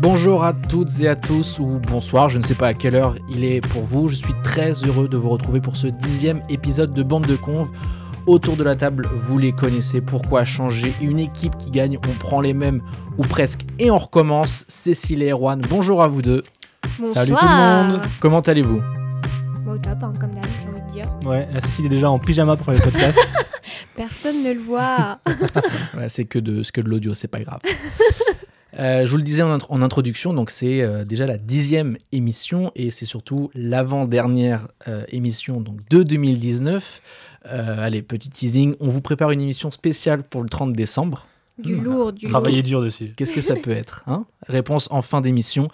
Bonjour à toutes et à tous, ou bonsoir, je ne sais pas à quelle heure il est pour vous. Je suis très heureux de vous retrouver pour ce dixième épisode de Bande de Conve. Autour de la table, vous les connaissez. Pourquoi changer Une équipe qui gagne, on prend les mêmes, ou presque, et on recommence. Cécile et Erwan, bonjour à vous deux. Bonsoir. Salut tout le monde Comment allez-vous Bon, au top, hein, comme d'hab, j'ai envie de dire. Ouais, la Cécile est déjà en pyjama pour faire les podcasts. Personne ne le voit. Voilà, c'est que de, c'est que de l'audio, c'est pas grave. Euh, je vous le disais en, int- en introduction, donc c'est euh, déjà la dixième émission et c'est surtout l'avant-dernière euh, émission donc de 2019. Euh, allez, petit teasing, on vous prépare une émission spéciale pour le 30 décembre. Du Mmh. lourd, du lourd. Travailler dur dessus. Qu'est-ce que ça peut être hein Réponse en fin d'émission.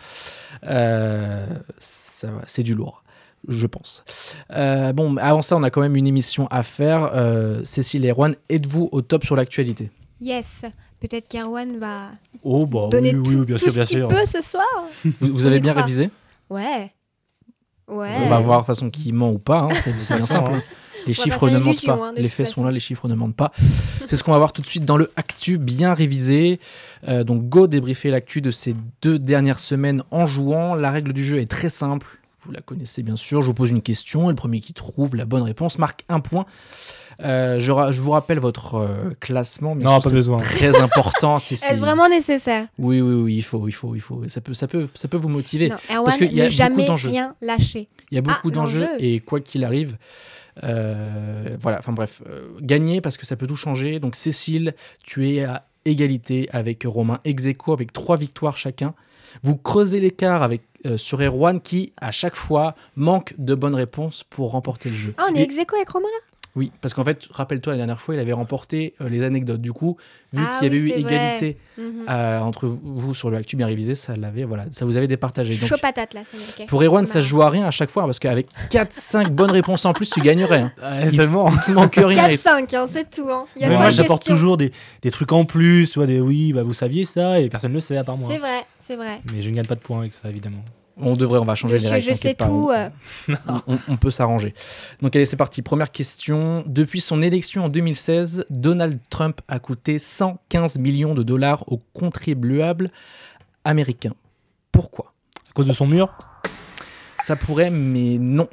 Euh, ça va, c'est du lourd, je pense. Euh, bon, avant ça, on a quand même une émission à faire. Euh, Cécile et Erwan, êtes-vous au top sur l'actualité Yes. Peut-être qu'Erwan va Oh bah donner oui, tout, oui, bien tout sûr, ce bien qu'il sûr. peut ce soir. vous, vous avez y bien croit. révisé Ouais. Ouais. Bah, On va voir de toute façon qui ment ou pas, hein, c'est c'est bien simple. hein. Les Eh. On va chiffres pas faire ne mentent d'illusions, pas, hein, de les toute faits sont façon. là, les chiffres ne mentent pas. C'est ce qu'on va voir tout de suite dans le Actu bien révisé. Euh, donc go débriefer l'actu de ces deux dernières semaines en jouant. La règle du jeu est très simple, vous la connaissez bien sûr. Je vous pose une question et le premier qui trouve la bonne réponse marque un point. Euh, je, ra- je vous rappelle votre euh, classement, mais Non, sûr, pas c'est besoin. très important. si, si. Est-ce vraiment nécessaire Oui, oui, oui, il faut, il faut, il faut. Ça peut, ça peut, ça peut vous motiver. Non, Erwan qu'il y a ne beaucoup jamais d'enjeux. rien lâcher. Il y a beaucoup Ah, d'enjeux l'enjeu. et quoi qu'il arrive, euh, voilà, enfin bref, euh, gagner parce que ça peut tout changer. Donc Cécile, tu es à égalité avec Romain Execo avec trois victoires chacun. Vous creusez l'écart avec euh, sur Erwan qui à chaque fois manque de bonnes réponses pour remporter le jeu. Ah, on est Et- ex aequo avec Romain là oui, parce qu'en fait, rappelle-toi la dernière fois, il avait remporté euh, les anecdotes. Du coup, vu Ah qu'il y avait oui, eu c'est vrai. égalité Mhm. Ah, euh, entre vous sur le actu bien révisé, ça l'avait voilà, ça vous avait départagé. Donc, Chaud patate là, ça me ok. pour Erwan, ça se joue à rien à chaque fois, hein, parce qu'avec 4-5 bonnes réponses en plus, tu gagnerais. hein. Ouais, seulement. Il te manque rien. Et- 4-5, hein, c'est tout. Hein. Il y a Mais moi, cinq j'apporte questions. toujours des, des trucs en plus, tu vois, des oui, bah vous saviez ça, et personne ne le sait à part moi. C'est vrai, c'est vrai. Mais je ne gagne pas de points avec ça, évidemment. On devrait, on va changer les règles. Monsieur, je sais t'inquiète pas, on- tout. euh, On, on- on peut s'arranger. Donc allez, c'est parti. Première question. Depuis son élection en 2016, Donald Trump a coûté 115 millions de dollars aux contribuables américains. Pourquoi À cause de son mur Ça pourrait, mais non.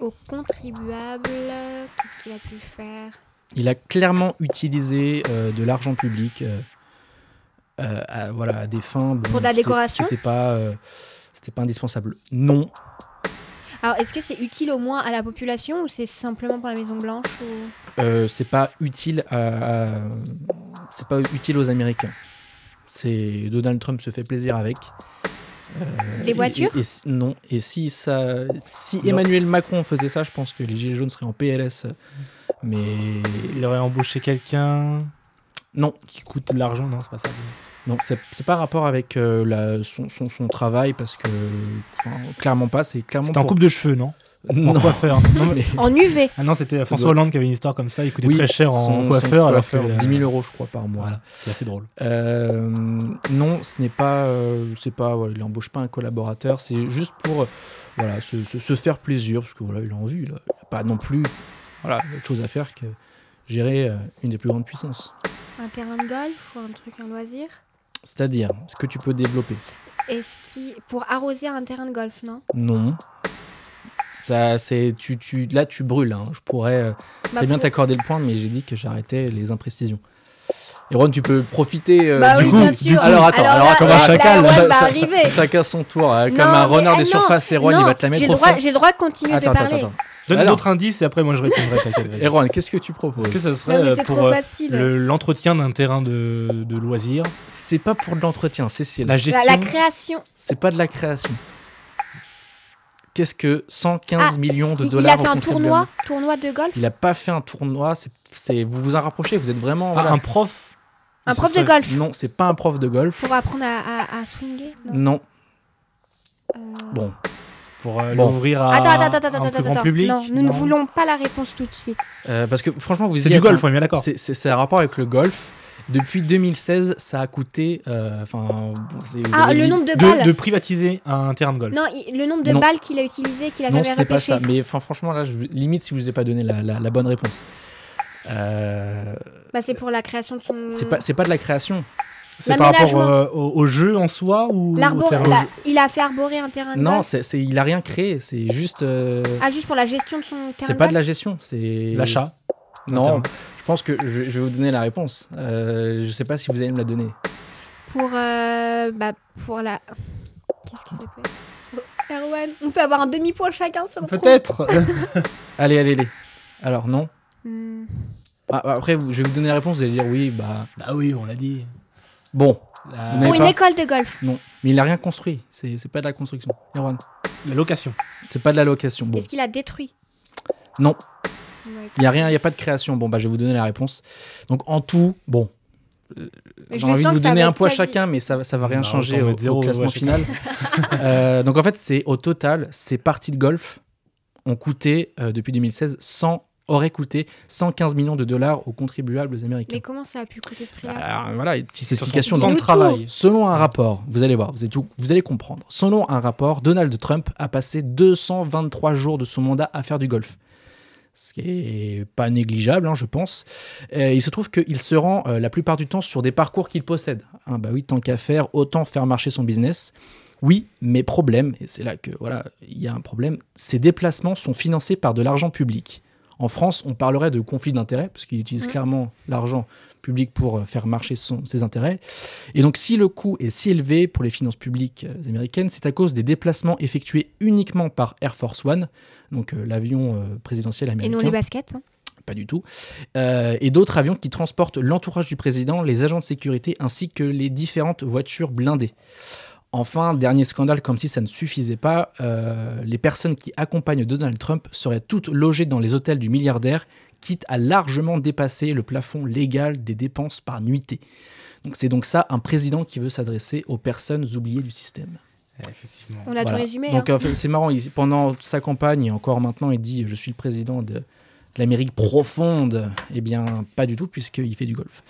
Aux contribuables, qu'est-ce qu'il a pu faire Il a clairement utilisé euh, de l'argent public euh, euh, à, voilà, à des fins... bon, Pour de la c'était- décoration C'était pas, euh, c'était pas indispensable. Non. Alors, est-ce que c'est utile au moins à la population ou c'est simplement pour la Maison Blanche ou... Euh, c'est pas utile à, à- c'est pas utile aux Américains. C'est Donald Trump se fait plaisir avec. Les Et- voitures et, et si- Non. Et si ça, si Non. Emmanuel Macron faisait ça, je pense que les gilets jaunes seraient en PLS. Mais Il aurait embauché quelqu'un non, qui coûte de l'argent, non, c'est pas ça. donc c'est c'est pas rapport avec euh, la, son, son, son travail parce que enfin, clairement pas. C'est clairement. C'était en pour- coupe de cheveux, non Non. En coiffeur. Non, mais- mais- En UV Ah non, c'était François doit- Hollande qui avait une histoire comme ça, il coûtait oui, très cher son- en son coiffeur, alors que. coiffeur, 10 000 euros, je crois, par mois. Voilà, c'est assez drôle. Euh, non, ce n'est pas, euh, c'est pas, voilà, il n'embauche pas un collaborateur, c'est juste pour, euh, voilà, se, se- se faire plaisir, parce que voilà, il a envie, il a il a pas non plus, voilà, autre chose à faire que gérer euh, une des plus grandes puissances. Un terrain de golf ou un truc, un loisir C'est-à-dire, ce que tu peux développer. Est-ce qu'il... Pour arroser un terrain de golf, non Non. Ça, c'est, tu, tu, là, tu brûles. hein. Je pourrais euh, Bah, très bien pour- t'accorder le point, mais j'ai dit que j'arrêtais les imprécisions. Et Ron, tu peux profiter euh, Bah du oui, coup. bien du sûr. coup- Alors attends, Alors alors là- attends, là- attends, là, chacal, Erwan cha- va cha- arriver. Chacun son tour, hein, comme Non, un mais- renard ah, des non, surfaces. Erwan, non, il va te la mettre j'ai au le fond. droit, j'ai le droit de continuer Attends, de attends, parler. attends. Donne Alors. d'autres indices et après moi je répondrai. t'inquiète, vas-y. Erwan, qu'est-ce que tu proposes Est-ce que ça serait Non, mais euh, c'est pour trop euh, facile. le- l'entretien d'un terrain de, de loisirs C'est pas pour de l'entretien, Cécile. Bah, La La, gestion la création. C'est pas de la création. Qu'est-ce que 115 millions de Ah, Il, il dollars a fait au un contribuable tournoi, tournoi de golf. Il a pas fait un tournoi. c'est- c'est- vous vous en rapprochez. Vous êtes vraiment. Ah, voilà. Un prof Un Ce prof de serait- golf Non, c'est pas un prof de golf. pour apprendre à, à- à swinger. Non. Non. Euh, Bon. pour euh, Bon. l'ouvrir à, Attends, attends, attends, à un attends, plus attends, grand attends. public. Non, nous ne voulons pas la réponse tout de suite. Euh, parce que franchement, vous C'est y du êtes, golf, hein. on est bien d'accord. C'est- C'est c'est un rapport avec le golf. Depuis 2016, ça a coûté. euh, Enfin. vous- c'est- vous Ah, avez le dit- nombre de balles. De, de privatiser un terrain de golf. Non, il- le nombre de Non. balles qu'il a utilisées, qu'il a Non, jamais ce n'est pas repêché. ça. Mais enfin, franchement, là, je, limite si vous n'avez pas donné la, la- la bonne réponse. Euh, Bah, c'est pour la création de son. c'est pas, c'est pas de la création. C'est par rapport L'aménagement. euh, au, au jeu en soi ou au L'arbor- terrain la- il a fait arborer un terrain de Non, golf. c'est, c'est- il a rien créé, c'est juste. euh, Ah, juste pour la gestion de son terrain c'est de pas de golf la gestion, c'est. L'achat. Non, je pense que je, je vais vous donner la réponse. Euh, je sais pas si vous allez me la donner. Pour, euh, bah, pour la... Qu'est-ce que ça peut être Erwan, on peut avoir un demi-point chacun sur le Peut-être. Allez, allez, allez. Alors, non. Hmm. Ah, bah, après, vous- je vais vous donner la réponse, vous allez dire oui, bah. bah oui, on l'a dit. Bon, La, Vous n'avez Pour une pas école de golf. non. Mais il a rien construit, c'est, c'est pas de la construction. Erwan, la location. c'est pas de la location. Bon, Est-ce qu'il a détruit non. Ouais. Il n'y a rien, il n'y a pas de création. Bon, bah, je vais vous donner la réponse. Donc, en tout, bon. euh, J'ai Mais je envie de sens vous que ça donner va un être point quasi- chacun, mais ça ça va rien Bah, changer autant au, mettre zéro, au classement ouais, final. Euh, donc, en fait, c'est au total, ces parties de golf ont coûté, euh, depuis 2016, 100, auraient coûté 115 millions de dollars aux contribuables américains. Mais comment ça a pu coûter ce prix-là Alors, voilà, une petite sur son explication temps dans de Dis-nous travail. Selon un rapport, vous allez voir, vous, êtes tout- vous allez comprendre. Selon un rapport, Donald Trump a passé 223 jours de son mandat à faire du golf. Ce qui est pas négligeable, hein, je pense. Euh, il se trouve qu'il se rend euh, la plupart du temps sur des parcours qu'il possède. Hein, bah oui, tant qu'à faire, autant faire marcher son business. Oui, mais problème, et c'est là que voilà, il y a un problème, ces déplacements sont financés par de l'argent public. En France, on parlerait de conflit d'intérêts, parce qu'il utilise Mhm. clairement l'argent public pour euh, faire marcher son- ses intérêts. Et donc, si le coût est si élevé pour les finances publiques euh, américaines, c'est à cause des déplacements effectués uniquement par Air Force One, donc euh, l'avion euh, présidentiel Et américain non les baskets. hein. pas du tout, Euh, et d'autres avions qui transportent l'entourage du président, les agents de sécurité ainsi que les différentes voitures blindées. Enfin, dernier scandale, comme si ça ne suffisait pas, euh, les personnes qui accompagnent Donald Trump seraient toutes logées dans les hôtels du milliardaire, quitte à largement dépasser le plafond légal des dépenses par nuitée. Donc c'est donc ça, un président qui veut s'adresser aux personnes oubliées du système. Effectivement. On a tout Voilà. résumé. Donc hein. euh, c'est marrant, il- pendant sa campagne et encore maintenant, il dit je suis le président de, de l'Amérique profonde. Eh bien, pas du tout, puisqu'il fait du golf.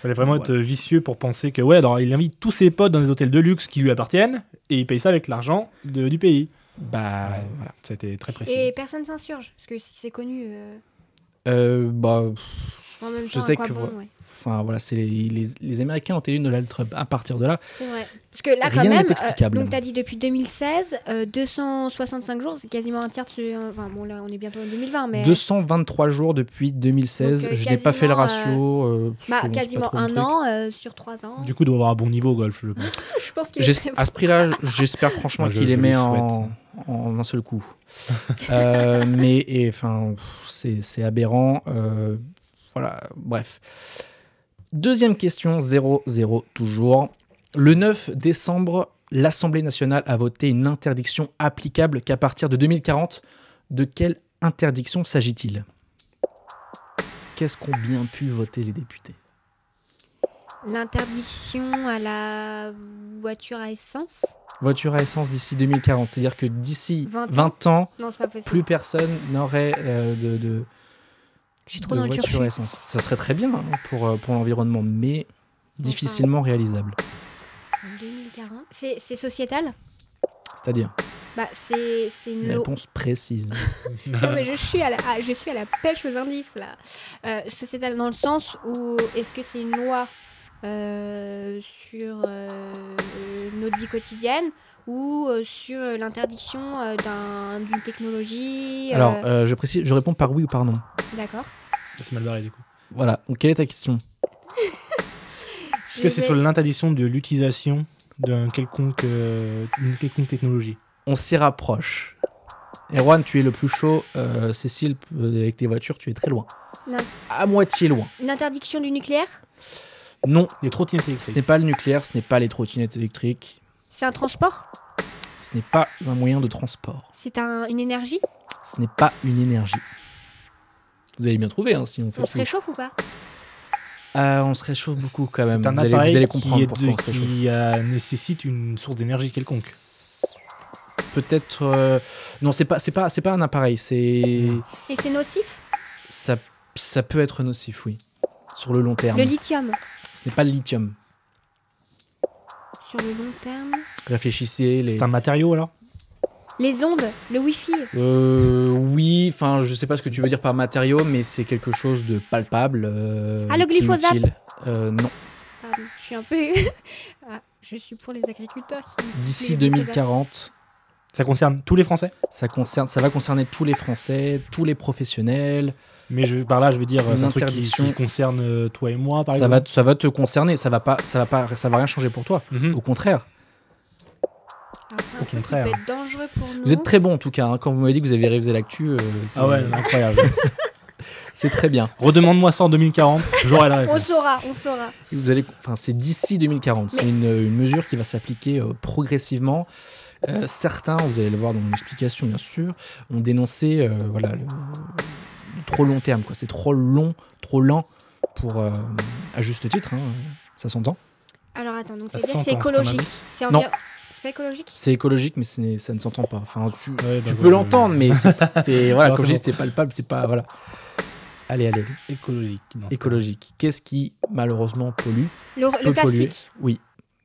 Fallait vraiment être euh, vicieux pour penser que ouais, alors il invite tous ses potes dans des hôtels de luxe qui lui appartiennent et il paye ça avec l'argent de- du pays. Bah, Ouais. voilà. C'était très Ah, précis. Et personne s'insurge. Parce que si c'est connu, euh, Euh, bah, pff, en même Je temps, à sais quoi que bon, vous- ouais. enfin, voilà, c'est les, les- les Américains ont élu Donald Trump. À partir de là, C'est vrai. Parce que là, Rien quand n'est même, explicable. euh, donc tu as dit depuis 2016, euh, 265 jours, c'est quasiment un tiers de ce... Enfin bon, là, on est bientôt en 2020, mais... 223 jours depuis 2016. Donc, euh, je n'ai pas fait le quasiment, ratio. euh, parce Bah, que bon, c'est pas quasiment trop mon un truc. an euh, sur trois ans. Du coup, il doit avoir un bon niveau au golf, je pense. je pense qu'il J'es- est... À ce prix-là, j'espère franchement Moi, je- qu'il les je met lui en, en un seul coup. Euh, mais et, enfin, pff, c'est c'est aberrant. euh, voilà, bref. Deuxième question, 0-0 toujours. Le 9 décembre, l'Assemblée nationale a voté une interdiction applicable qu'à partir de 2040. De quelle interdiction s'agit-il Qu'est-ce qu'ont bien pu voter les députés L'interdiction à la voiture à essence Voiture à essence d'ici 2040, c'est-à-dire que d'ici 20 ans. 20 ans Non, c'est pas possible. plus personne n'aurait euh, de, de, Je suis trop de dans le voiture turfu. à essence. Ça serait très bien hein, pour, euh, pour l'environnement, mais difficilement réalisable. En 2040. C'est c'est sociétal C'est-à-dire, Bah, c'est c'est une une loi. réponse précise. Non, mais je suis à la, ah, je suis à la pêche aux indices, là. Euh, sociétal dans le sens où est-ce que c'est une loi euh, sur euh, euh, notre vie quotidienne ou euh, sur euh, l'interdiction euh, d'un- d'une technologie euh, Alors, euh, je précise, je réponds par oui ou par non. D'accord. c'est mal barré, du coup. Voilà, donc quelle est ta question Est-ce que c'est sur l'interdiction de l'utilisation d'une quelconque, euh, d'une quelconque technologie On s'y rapproche. Erwan, tu es le plus chaud. euh, Cécile, euh, avec tes voitures, tu es très loin. Non. À moitié loin. Une interdiction du nucléaire Non, Des trottinettes ce électriques. n'est pas le nucléaire, ce n'est pas les trottinettes électriques, C'est un transport ce n'est pas un moyen de transport, C'est un- une énergie ce n'est pas une énergie. Vous allez bien trouver hein, si on fait On se tout. réchauffe ou pas Ah, on se réchauffe beaucoup quand même. C'est un vous, allez, appareil vous allez qui, comprendre est pourquoi de- on se réchauffe. qui, euh, nécessite une source d'énergie quelconque. S- Peut-être. euh, Non, c'est pas, c'est pas, c'est pas un appareil. C'est Et c'est nocif ça, ça peut être nocif, oui, sur le long terme. Le lithium Ce n'est pas le lithium. Sur le long terme Réfléchissez les. C'est un matériau alors Les ondes Le wifi Euh, oui, enfin, je sais pas ce que tu veux dire par matériau, mais c'est quelque chose de palpable. euh, Ah, le glyphosate inutile. Euh, Non. Pardon. je suis un peu. Ah, je suis pour les agriculteurs qui. D'ici les- 2040, Ça concerne tous les Français. ça, concerne, ça va concerner tous les Français, tous les professionnels. Mais je, par là, je veux dire, Une c'est un truc qui, interdiction. qui concerne euh, toi et moi, par Ça va, exemple. te- ça va te concerner, ça va, pas, ça, va pas, ça va rien changer pour toi. Mhm. Au contraire. Ah, c'est un Au truc qui peut contraire. être dangereux pour nous. Vous êtes très bon en tout cas. hein. Quand vous m'avez dit que vous avez révisé l'actu, euh, c'est- Ah ouais, incroyable. c'est très bien. Redemande-moi ça en 2040, j'aurai la On réponse. saura, on saura. Et Vous allez, enfin, c'est d'ici 2040. C'est une, une mesure qui va s'appliquer euh, progressivement. Euh, certains, vous allez le voir dans mon explication bien sûr, ont dénoncé euh, voilà le, le trop long terme. quoi. C'est trop long, trop lent pour euh, à juste titre. hein, ça s'entend. Alors attends, donc Ça c'est dire que c'est s'entend, c'est un écologique. indice. C'est Non. environ- C'est pas écologique C'est écologique, mais ce n'est- ça ne s'entend pas. Enfin, tu, Ouais, tu bah, peux je- l'entendre, mais c'est pas- c'est voilà, Non, comme c'est je dis, bon. c'est palpable, c'est pas voilà. Allez, allez, allez. Écologique. non, c'est écologique. Qu'est-ce qui malheureusement pollue Le, le peut polluer plastique. Oui,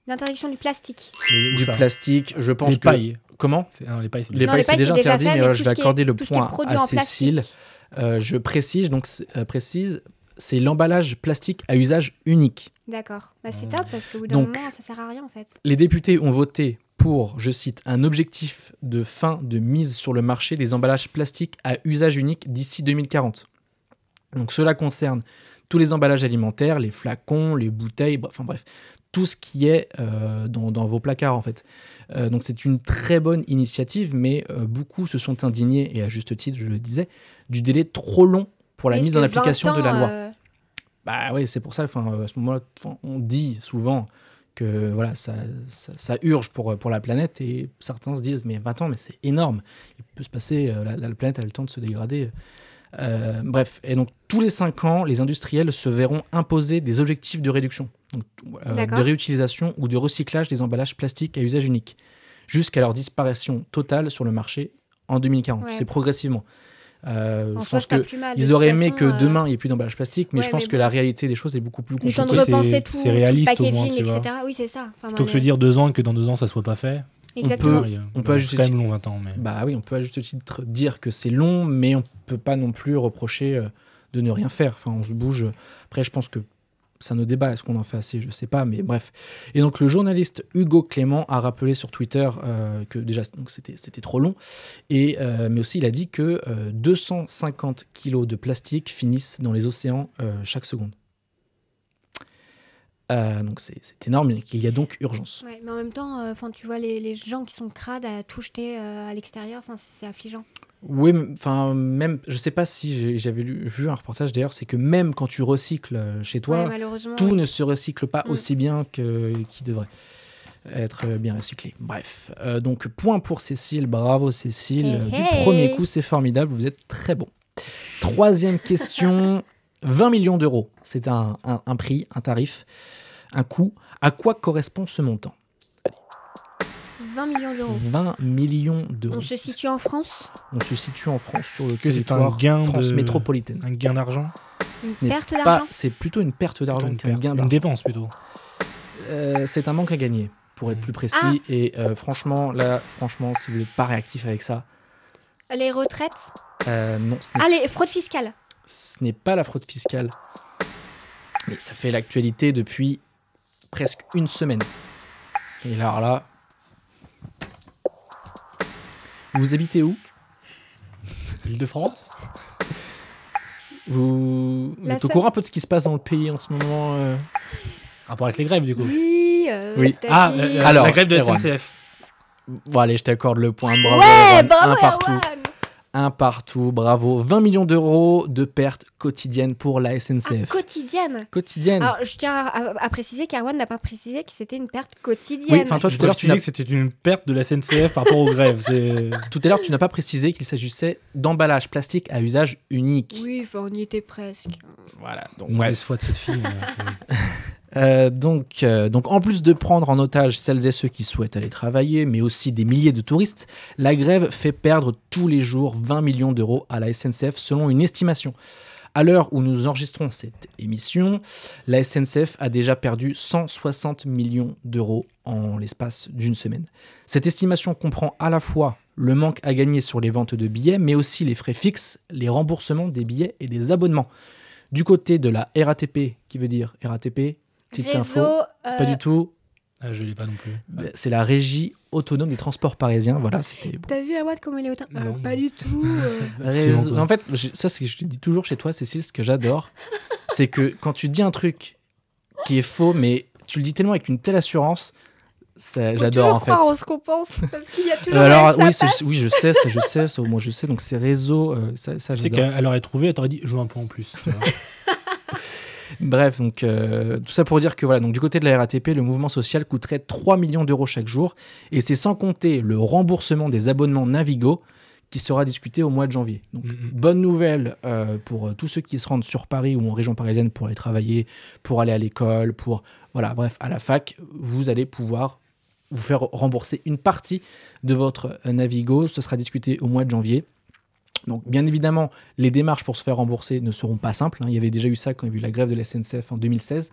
L'interdiction du plastique. pas- Mais où du ça plastique. Je pense Les que pailles. comment C'est- ah, les pailles, c'est Les Non, pailles, c'est déjà interdit, mais fait, voilà, tout je ce vais qui est- accorder le tout ce qui est point produit à en Cécile. plastique. Euh, je précise donc c- euh, précise, c'est l'emballage plastique à usage unique. D'accord. Bah, c'est Hmm. top parce qu'au bout d'un Donc- moment, ça sert à rien en fait. Les députés ont voté pour, je cite, un objectif de fin de mise sur le marché des emballages plastiques à usage unique d'ici 2040. Donc cela concerne tous les emballages alimentaires, les flacons, les bouteilles, bref, enfin bref, tout ce qui est euh, dans, dans vos placards en fait. Euh, donc c'est une très bonne initiative, mais euh, beaucoup se sont indignés, et à juste titre je le disais, du délai trop long pour la Mais mise est-ce en que application 20 de la ans, loi. euh, Bah oui, c'est pour ça, enfin, euh, à ce moment-là, enfin, on dit souvent que voilà, ça, ça, ça urge pour, euh, pour la planète et certains se disent, mais 20 ans, mais c'est énorme. Il peut se passer, euh, la, la planète a le temps de se dégrader. Euh, bref, et donc tous les 5 ans, les industriels se verront imposer des objectifs de réduction, donc, euh, D'accord. de réutilisation ou de recyclage des emballages plastiques à usage unique, jusqu'à leur disparition totale sur le marché en 2040. Ouais. C'est progressivement. Euh, en je soi, pense c'est pas que plus mal. De ils toute auraient aimé façon, que euh, demain il n'y ait plus d'emballage plastique, mais ouais, je pense mais que bon. la réalité des choses est beaucoup plus Le temps de compliquée. C'est- repenser tout, c'est tout le réaliste au moins, packaging, tu vois. etc. Oui, c'est ça. Enfin, Plutôt non, que se mais- dire deux ans et que dans deux ans ça soit pas fait. Exactement. peut- il y a- on peut bah, ajuster- C'est quand même long 20 ans, mais. Bah oui, on peut à juste titre dire que c'est long, mais on peut pas non plus reprocher euh, de ne rien faire. Enfin, on se bouge. Après, je pense que ça nos débat. Est-ce qu'on en fait assez Je sais pas, mais bref. Et donc le journaliste Hugo Clément a rappelé sur Twitter euh, que déjà donc c'était c'était trop long, et euh, mais aussi il a dit que euh, 250 kilos de plastique finissent dans les océans euh, chaque seconde. Euh, donc c'est c'est énorme. Il y a donc urgence. Ouais, mais en même temps, euh, enfin, tu vois les, les gens qui sont crades à tout jeter euh, à l'extérieur, enfin, c'est c'est affligeant. Oui, mais- enfin, même, je sais pas si j'ai- j'avais lu- vu un reportage d'ailleurs, c'est que même quand tu recycles euh, chez toi, ouais, malheureusement. tout ouais. ne se recycle pas Mm. aussi bien que qui devrait être euh, bien recyclé. Bref, Euh, donc point pour Cécile, bravo Cécile, Hey, Euh, du Eh, hey. premier coup c'est formidable, vous êtes très bon. Troisième question, 20 millions d'euros, c'est un, un- un prix, un tarif, un coût. À quoi correspond ce montant 20 millions d'euros. 20 millions d'euros. On se situe en France On se situe en France sur le que c'est un territoire gain France de- métropolitaine. Un gain d'argent Une n'est perte pas- d'argent C'est plutôt une perte plutôt d'argent une qu'un perte, gain Une d'argent. dépense plutôt. Euh, c'est un manque à gagner, pour être Mm. plus précis. Ah. Et euh, franchement, là, franchement, si vous n'êtes pas réactif avec ça, Les retraites euh, non, ce n'est- Ah, les fraudes fiscales ce n'est pas la fraude fiscale. Mais ça fait l'actualité depuis presque une semaine. Et alors là. Vous habitez où Île-de-France Vous, vous La êtes au Seine. courant un peu de ce qui se passe dans le pays en ce moment euh Rapport avec les grèves du coup. Oui, euh, Oui. c'est-à-dire- Ah, euh, euh, Alors, la grève de la Erwan. SNCF. Bon, allez, je t'accorde le point. Ah, Bravo, Ouais, Erwan. bravo, un partout. Erwan. Un partout, bravo. 20 millions d'euros de pertes quotidiennes pour la Ah, SNCF. Quotidienne Ah. quotidienne. Alors, je tiens à, à- à préciser qu'Arwan n'a pas précisé que c'était une perte quotidienne. Oui, enfin toi Je tout à l'heure tu disais n'as- que c'était une perte de la SNCF par rapport aux grèves. c'est- tout à l'heure, tu n'as pas précisé qu'il s'agissait d'emballage plastique à usage unique. Oui, enfin, on y était presque. Voilà. Donc, Mauvaise foi de cette fille. euh, Euh, donc, euh, donc, en plus de prendre en otage celles et ceux qui souhaitent aller travailler, mais aussi des milliers de touristes, la grève fait perdre tous les jours 20 millions d'euros à la SNCF selon une estimation. À l'heure où nous enregistrons cette émission, la SNCF a déjà perdu 160 millions d'euros en l'espace d'une semaine. Cette estimation comprend à la fois le manque à gagner sur les ventes de billets, mais aussi les frais fixes, les remboursements des billets et des abonnements. Du côté de la RATP, qui veut dire RATP, Petite Réseau, info, pas euh, du tout. Euh, Ah, je l'ai pas non plus. C'est la régie autonome des transports parisiens. Voilà, c'était. bon. T'as vu Awad comme il est hautain Ah, Non. Pas du tout. euh. Réseau- pas. Bah, En fait, j'ai- ça, c'est que je te dis toujours chez toi, Cécile, ce que j'adore, c'est que quand tu dis un truc qui est faux, mais tu le dis tellement avec une telle assurance, ça, Faut j'adore toujours en fait. croire en ce qu'on pense parce qu'il y a toujours. Euh, alors, ça oui, passe. c'est- oui, je sais, ça, je sais, ça, au moins je sais. Donc, c'est réseau, euh, ça, ça Tu sais j'adore. qu'elle aurait trouvé, elle t'aurait dit, joue un point en plus. tu vois. Bref, donc euh, tout ça pour dire que voilà, donc du côté de la RATP, le mouvement social coûterait 3 millions d'euros chaque jour, et c'est sans compter le remboursement des abonnements Navigo qui sera discuté au mois de janvier. Donc Mhm. bonne nouvelle euh, pour euh, tous ceux qui se rendent sur Paris ou en région parisienne pour aller travailler, pour aller à l'école, pour voilà, bref, à la fac, vous allez pouvoir vous faire rembourser une partie de votre euh, Navigo. Ce sera discuté au mois de janvier. Donc, bien évidemment, les démarches pour se faire rembourser ne seront pas simples. hein. Il y avait déjà eu ça quand il y a eu la grève de la SNCF en 2016.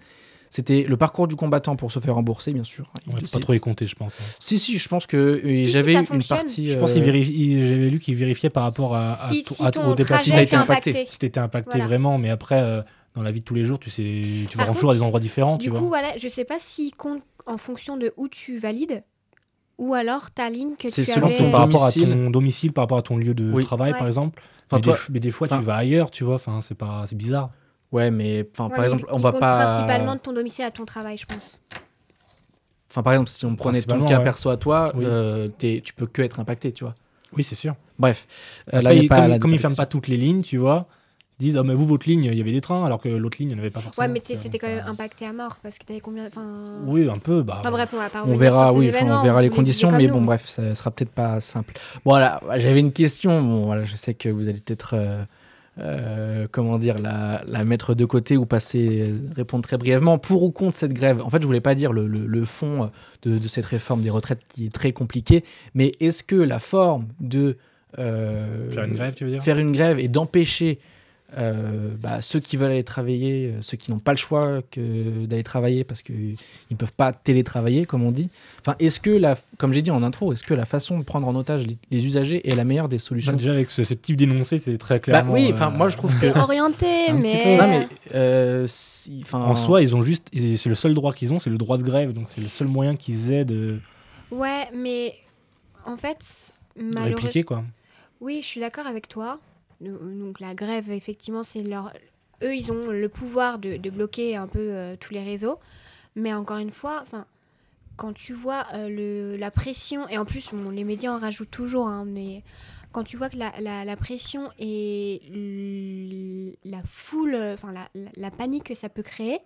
C'était le parcours du combattant pour se faire rembourser, bien sûr. Ouais, faut C'est- pas trop les compter, je pense. hein. Si, si, je pense que euh, si, j'avais ça une fonctionne. partie. Je pense euh, qu'il vérifie- il- j'avais lu qu'il vérifiait par rapport à, à Si, Ah, ton- si à ton- ton au déplacement. si trajet t'as a été été impacté. impacté. Si t'étais impacté Voilà. vraiment, mais après, euh, dans la vie de tous les jours, tu sais, tu vas Par toujours à des endroits différents, Du tu coup, vois. voilà, je sais pas s'il compte en fonction de où tu valides ou alors ta ligne que C'est tu selon avais. euh, ton Donc, par rapport à Domicile. ton domicile, par rapport à ton lieu de Oui. travail, par Ouais. exemple. Enfin, mais, toi, des, f- mais des fois, enfin- tu vas ailleurs, tu vois. Enfin, c'est pas, c'est bizarre. ouais, mais enfin, Ouais, par mais exemple, qui on va compte pas. Principalement de ton domicile à ton travail, je pense. Enfin, par exemple, si on prenait ton Principalement, cas ouais. perso à toi, Oui. euh, t'es- tu peux que être impacté, tu vois. Oui, c'est sûr. Bref, euh, là, Après, il y a ils- pas comme, la- comme ils ferment pas toutes les lignes, tu vois, ils disent, ah, mais vous, votre ligne, il y avait des trains, alors que l'autre ligne, il n'y en avait pas forcément. Ouais, mais t'es- tu vois, c'était donc quand même ça- impacté à mort parce que t'avais combien. Enfin, Oui, un peu. Bah, enfin bref, on va pas On revenir sur verra, ces oui, enfin, on événements, verra les les conditions, vivra mais nous. bon, bref, ça sera peut-être pas simple. Bon, voilà, j'avais une question. Bon, voilà, je sais que vous allez peut-être, euh, euh, comment dire, la, la mettre de côté ou passer, répondre très brièvement. Pour ou contre cette grève En fait, je voulais pas dire le, le- le fond de, de cette réforme des retraites qui est très compliquée, mais est-ce que la forme de euh, Faire une grève, tu veux dire faire une grève et d'empêcher euh, bah, ceux qui veulent aller travailler, euh, ceux qui n'ont pas le choix que d'aller travailler parce qu'ils ne peuvent pas télétravailler, comme on dit. Enfin, est-ce que, la, comme j'ai dit en intro, est-ce que la façon de prendre en otage les, les usagers est la meilleure des Bah, solutions déjà, avec ce, ce type d'énoncé, c'est très euh, Bah clair. oui, enfin, moi je trouve que. C'est orienté, Un petit mais. peu. Non, mais. euh, si- enfin, En soi, ils ont juste, ils- c'est le seul droit qu'ils ont, c'est le droit de grève, donc c'est le seul moyen qu'ils aient de, Ouais, mais en fait, de malheureusement. répliquer quoi. Oui, je suis d'accord avec toi. Nous- Donc la grève, effectivement, c'est leur... Eux, ils ont le pouvoir de, de bloquer un peu euh, tous les réseaux. Mais encore une fois, enfin, quand tu vois euh, le, la pression, et en plus, bon, les médias en rajoutent toujours, hein, mais quand tu vois que la, la- la pression et l- la foule, euh, enfin la, la- la panique que ça peut créer,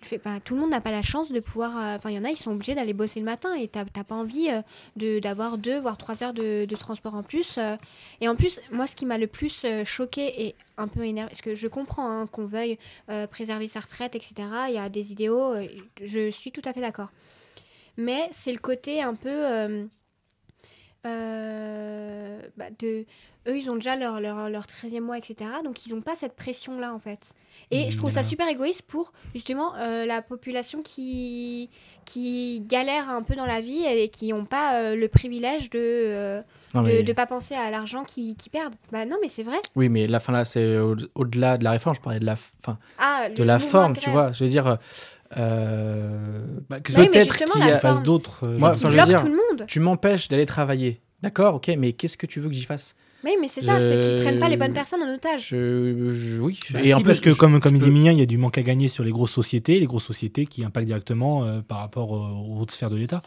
le fait, bah, tout le monde n'a pas la chance de pouvoir. euh, Enfin, il y en a, ils sont obligés d'aller bosser le matin et t'as t'as pas envie euh, de- d'avoir deux, voire trois heures de, de transport en plus. euh, et en plus, moi, ce qui m'a le plus euh, choqué et un peu énervé, parce que je comprends hein, qu'on veuille euh, préserver sa retraite, etc. Il y a des idéaux, euh, je suis tout à fait d'accord. Mais c'est le côté un peu euh, euh, bah, de. Eux, ils ont déjà leur, leur, leur 13e mois, etc. Donc, ils n'ont pas cette pression-là, en fait. Et je trouve ça Ouais. super égoïste pour, justement, euh, la population qui, qui galère un peu dans la vie et qui n'ont pas euh, le privilège de. euh, non, de mais- de pas penser à l'argent qu'ils qui perdent. Bah non, mais c'est vrai. Oui, mais la fin là, c'est au- au-delà de la réforme, je parlais de la, fin, Ah, de la forme, tu vois. Je veux dire. euh, Bah, que Oui, mais peut-être justement, qu'il y la a- forme- fasse d'autres. euh, Moi, Qui enfin, je veux bloque dire- tout le monde. Tu m'empêches d'aller travailler. D'accord, ok, mais qu'est-ce que tu veux que j'y fasse Oui, mais c'est ça, c'est qu'ils Je- prennent pas les bonnes personnes en otage. je, je- oui. je- Bah, en si, plus, parce que je- comme, je comme il peux- dit Mignon, il y a du manque à gagner sur les grosses sociétés, les grosses sociétés qui impactent directement euh, par rapport euh, aux hautes sphères de l'État.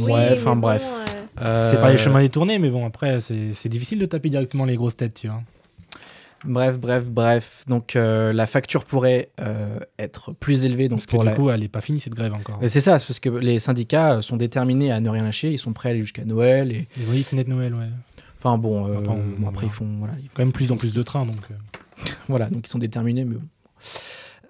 Oui, Ouais, mais enfin, bon, bref. euh, Euh, C'est pas les chemins détournés, mais bon, après, c'est c'est difficile de taper directement les grosses têtes, tu vois. Euh, Bref, bref, bref. Donc euh, la facture pourrait euh, être plus élevée. Donc Parce que pour du la- coup, elle est pas finie cette grève encore. Mais c'est ça, c'est parce que les syndicats euh, sont déterminés à ne rien lâcher. Ils sont prêts à aller jusqu'à Noël. Et Ils ont dit finir de Noël, ouais. enfin bon, euh, Après, on- bon, après on verra. ils font voilà, ils- Quand même plus en plus de trains, donc. euh, voilà, donc ils sont déterminés. Mais bon.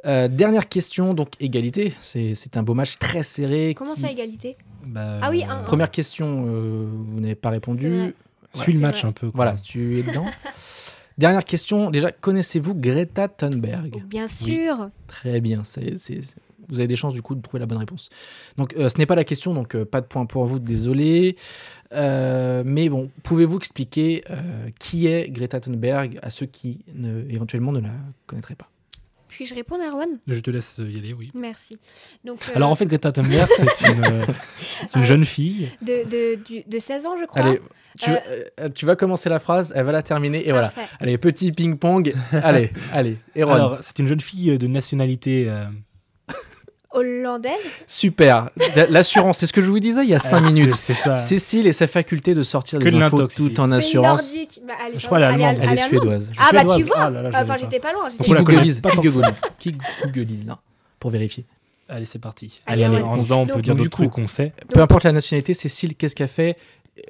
Euh, dernière question, donc égalité. C'est c'est un beau match très serré. Comment qui- ça, égalité bah, Ah oui, euh, un- Première question, euh, vous n'avez pas C'est répondu. vrai. Suis le c'est match vrai. un peu. quoi. Voilà, tu es dedans. Dernière question, déjà, connaissez-vous Greta Oh, Thunberg Bien sûr. Très bien, c'est- c'est- c'est- vous avez des chances du coup de trouver la bonne réponse. Donc euh, ce n'est pas la question, donc euh, pas de point pour vous, désolé. Euh, mais bon, pouvez-vous expliquer euh, qui est Greta Thunberg à ceux qui ne- éventuellement ne la connaîtraient pas Puis-je répondre, Erwan Je te laisse y aller, oui. Merci. Donc, euh, Alors en fait, Greta Thunberg, c'est une, euh, c'est une jeune fille. de, de, du- de 16 ans, je crois. Allez, tu, euh, tu vas commencer la phrase, elle va la terminer, et voilà. Parfait. Allez, petit ping-pong. allez, allez, Erwan. Alors, c'est une jeune fille de nationalité euh, Hollandaise Super. D- L'assurance, c'est ce que je vous disais il y a 5 euh, c'est- minutes. C'est ça. Cécile et sa faculté de sortir Que des de infos l'intox, tout ici. en assurance. Pays nordique. Bah, elle est Je pas- crois elle est elle est- allemande. Elle est allemande. suédoise. Ah bah Suédoise. tu vois Ah là là, je Enfin, l'avais j'étais pas loin. j'étais On Qui la pas loin. connaît googleise, pas qui tant que ça. googleise, qui googlise, là, pour vérifier. Allez, c'est parti. Allez, Allez, Allez, ouais. en dedans, on peut Donc, dire du du coup- trucs qu'on sait. Peu importe la nationalité, Cécile, qu'est-ce qu'elle fait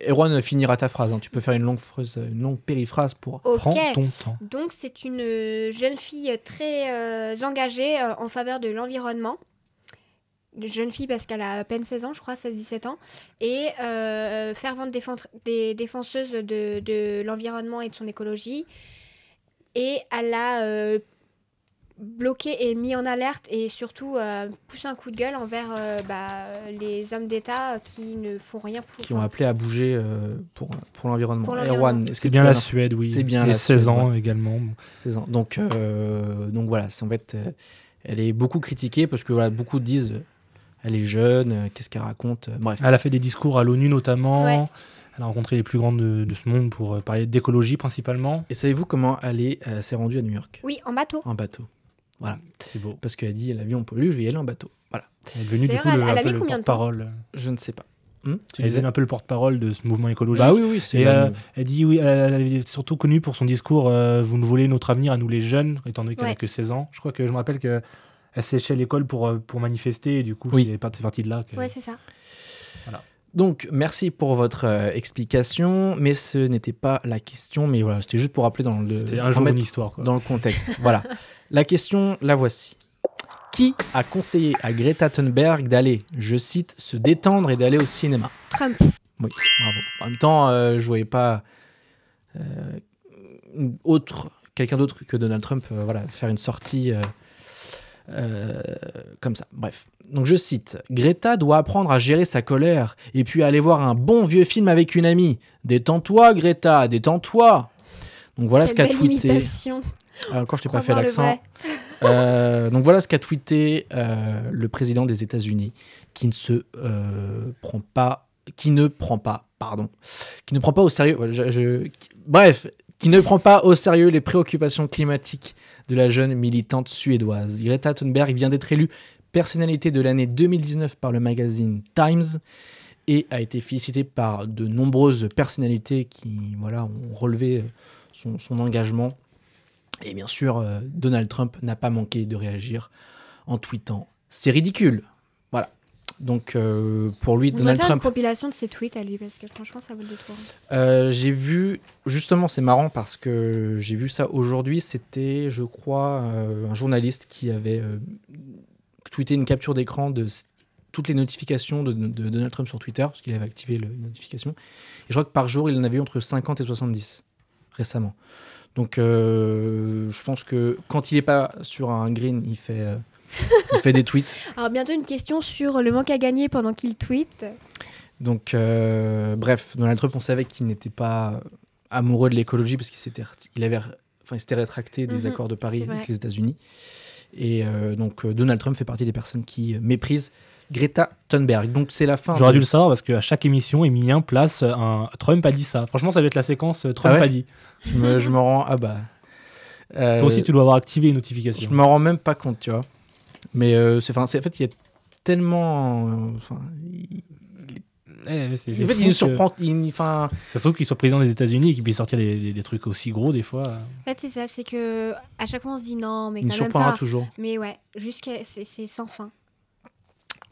Erwan finira ta phrase. hein. Tu peux faire une longue, phrase, une longue périphrase pour. Ok. Prends ton temps. Donc c'est une euh, jeune fille très euh, engagée euh, en faveur de l'environnement. Une jeune fille parce qu'elle a à peine 16 ans, je crois, 16-17 ans. Et euh, fervente défendre- des- défenseuse de, de l'environnement et de son écologie. Et elle a euh, bloqué et mis en alerte et surtout euh, poussé un coup de gueule envers euh, bah, les hommes d'État qui ne font rien pour... qui ont appelé à bouger euh, pour, pour l'environnement. Pour l'environnement. Erwan, est-ce que C'est tu bien as la l'info Suède, oui. C'est bien Et la 16 Suède, ans également. 16 ans. Donc, euh, donc voilà, c'est en fait, euh, elle est beaucoup critiquée parce que voilà, beaucoup disent, euh, elle est jeune, euh, qu'est-ce qu'elle raconte, euh, bref. Elle a fait des discours à l'ONU notamment. Ouais. Elle a rencontré les plus grandes de, de ce monde pour euh, parler d'écologie principalement. Et savez-vous comment elle est- euh, elle s'est rendue à New York Oui, en bateau. En bateau. C'est beau. Parce qu'elle a dit, l'avion pollue, je vais y aller en bateau. Voilà. Elle est devenue du D'ailleurs, coup le, elle- elle un a peu mis le combien de temps porte-parole. Je ne sais pas. Hum, tu Elle disais est un peu le porte-parole de ce mouvement écologique. Bah oui, oui, c'est Et, la- euh, Elle dit oui, elle elle est surtout connue pour son discours euh, Vous nous volez notre avenir à nous les jeunes, étant donné qu'elle Ouais. n'a que 16 ans. Je crois que je me rappelle qu'elle s'est chez l'école pour, euh, pour manifester, et du coup, Oui. c'est par- c'est parti de là. que- Ouais, c'est ça. Donc, merci pour votre euh, explication, mais ce n'était pas la question, mais voilà, c'était juste pour rappeler dans le, C'était euh, un pour jour mettre une histoire. Quoi. dans le contexte. voilà. La question, la voici. Qui a conseillé à Greta Thunberg d'aller, je cite, se détendre et d'aller au cinéma Trump. Oui, bravo. En même temps, euh, je voyais pas euh, une autre, quelqu'un d'autre que Donald Trump euh, voilà, faire une sortie euh, euh, comme ça. Bref. Donc je cite Greta doit apprendre à gérer sa colère et puis aller voir un bon vieux film avec une amie. Détends-toi, Greta, détends-toi. Donc voilà ce qu'a Quelle belle tweeté. imitation. Ah, Encore, je t'ai pas Crois fait voir le l'accent. vrai. Euh, donc voilà ce qu'a tweeté euh, le président des États-Unis, qui ne se euh, prend pas, qui ne prend pas, pardon, qui ne prend pas au sérieux. ouais, je- je- qui- bref, qui ne prend pas au sérieux les préoccupations climatiques de la jeune militante suédoise. Greta Thunberg vient d'être élue personnalité de l'année 2019 par le magazine Times et a été félicitée par de nombreuses personnalités qui voilà, ont relevé euh, son, son engagement. Et bien sûr, euh, Donald Trump n'a pas manqué de réagir en tweetant « C'est ridicule !» Voilà. Donc euh, pour lui, On devrait Donald faire Trump... une compilation de ses tweets à lui parce que franchement ça vaut le détour. Euh, j'ai vu, justement, c'est marrant parce que j'ai vu ça aujourd'hui. C'était, je crois, euh, un journaliste qui avait euh, tweeté une capture d'écran de s- toutes les notifications de, de Donald Trump sur Twitter, parce qu'il avait activé le- les notifications. Et je crois que par jour, il en avait eu entre 50 et 70 récemment. Donc, euh, je pense que quand il n'est pas sur un green, il fait, euh, il fait des tweets. Alors bientôt une question sur le manque à gagner pendant qu'il tweet. Donc, euh, bref, Donald Trump, on savait qu'il n'était pas amoureux de l'écologie parce qu'il s'était, ret- il avait, re- enfin, il s'était rétracté des Mhm, accords de Paris c'est vrai. avec les États-Unis. Et euh, donc, euh, Donald Trump fait partie des personnes qui euh, méprisent Greta Thunberg. Donc, c'est la fin. J'aurais de- dû le savoir parce qu'à chaque émission, Emilien place un Trump a dit ça. Franchement, ça doit être la séquence euh, Trump Ah ouais a dit. Je me, je me rends. Ah bah. Euh, Toi aussi, tu dois avoir activé les Je notifications. m'en rends même pas compte, tu vois. Mais euh, c'est, enfin, c'est, en fait, il y a tellement. euh, Enfin, il- Ouais, Eh, mais c'est- en c'est fait, fou il nous que- surprend. il- Enfin, Ça se trouve qu'il soit président des États-Unis et qu'il puisse sortir des, des- des trucs aussi gros des fois. En fait c'est ça, c'est que à chaque fois on se dit non mais il nous quand même surprendra pas. toujours. Mais ouais, jusqu'à c'est c'est sans fin.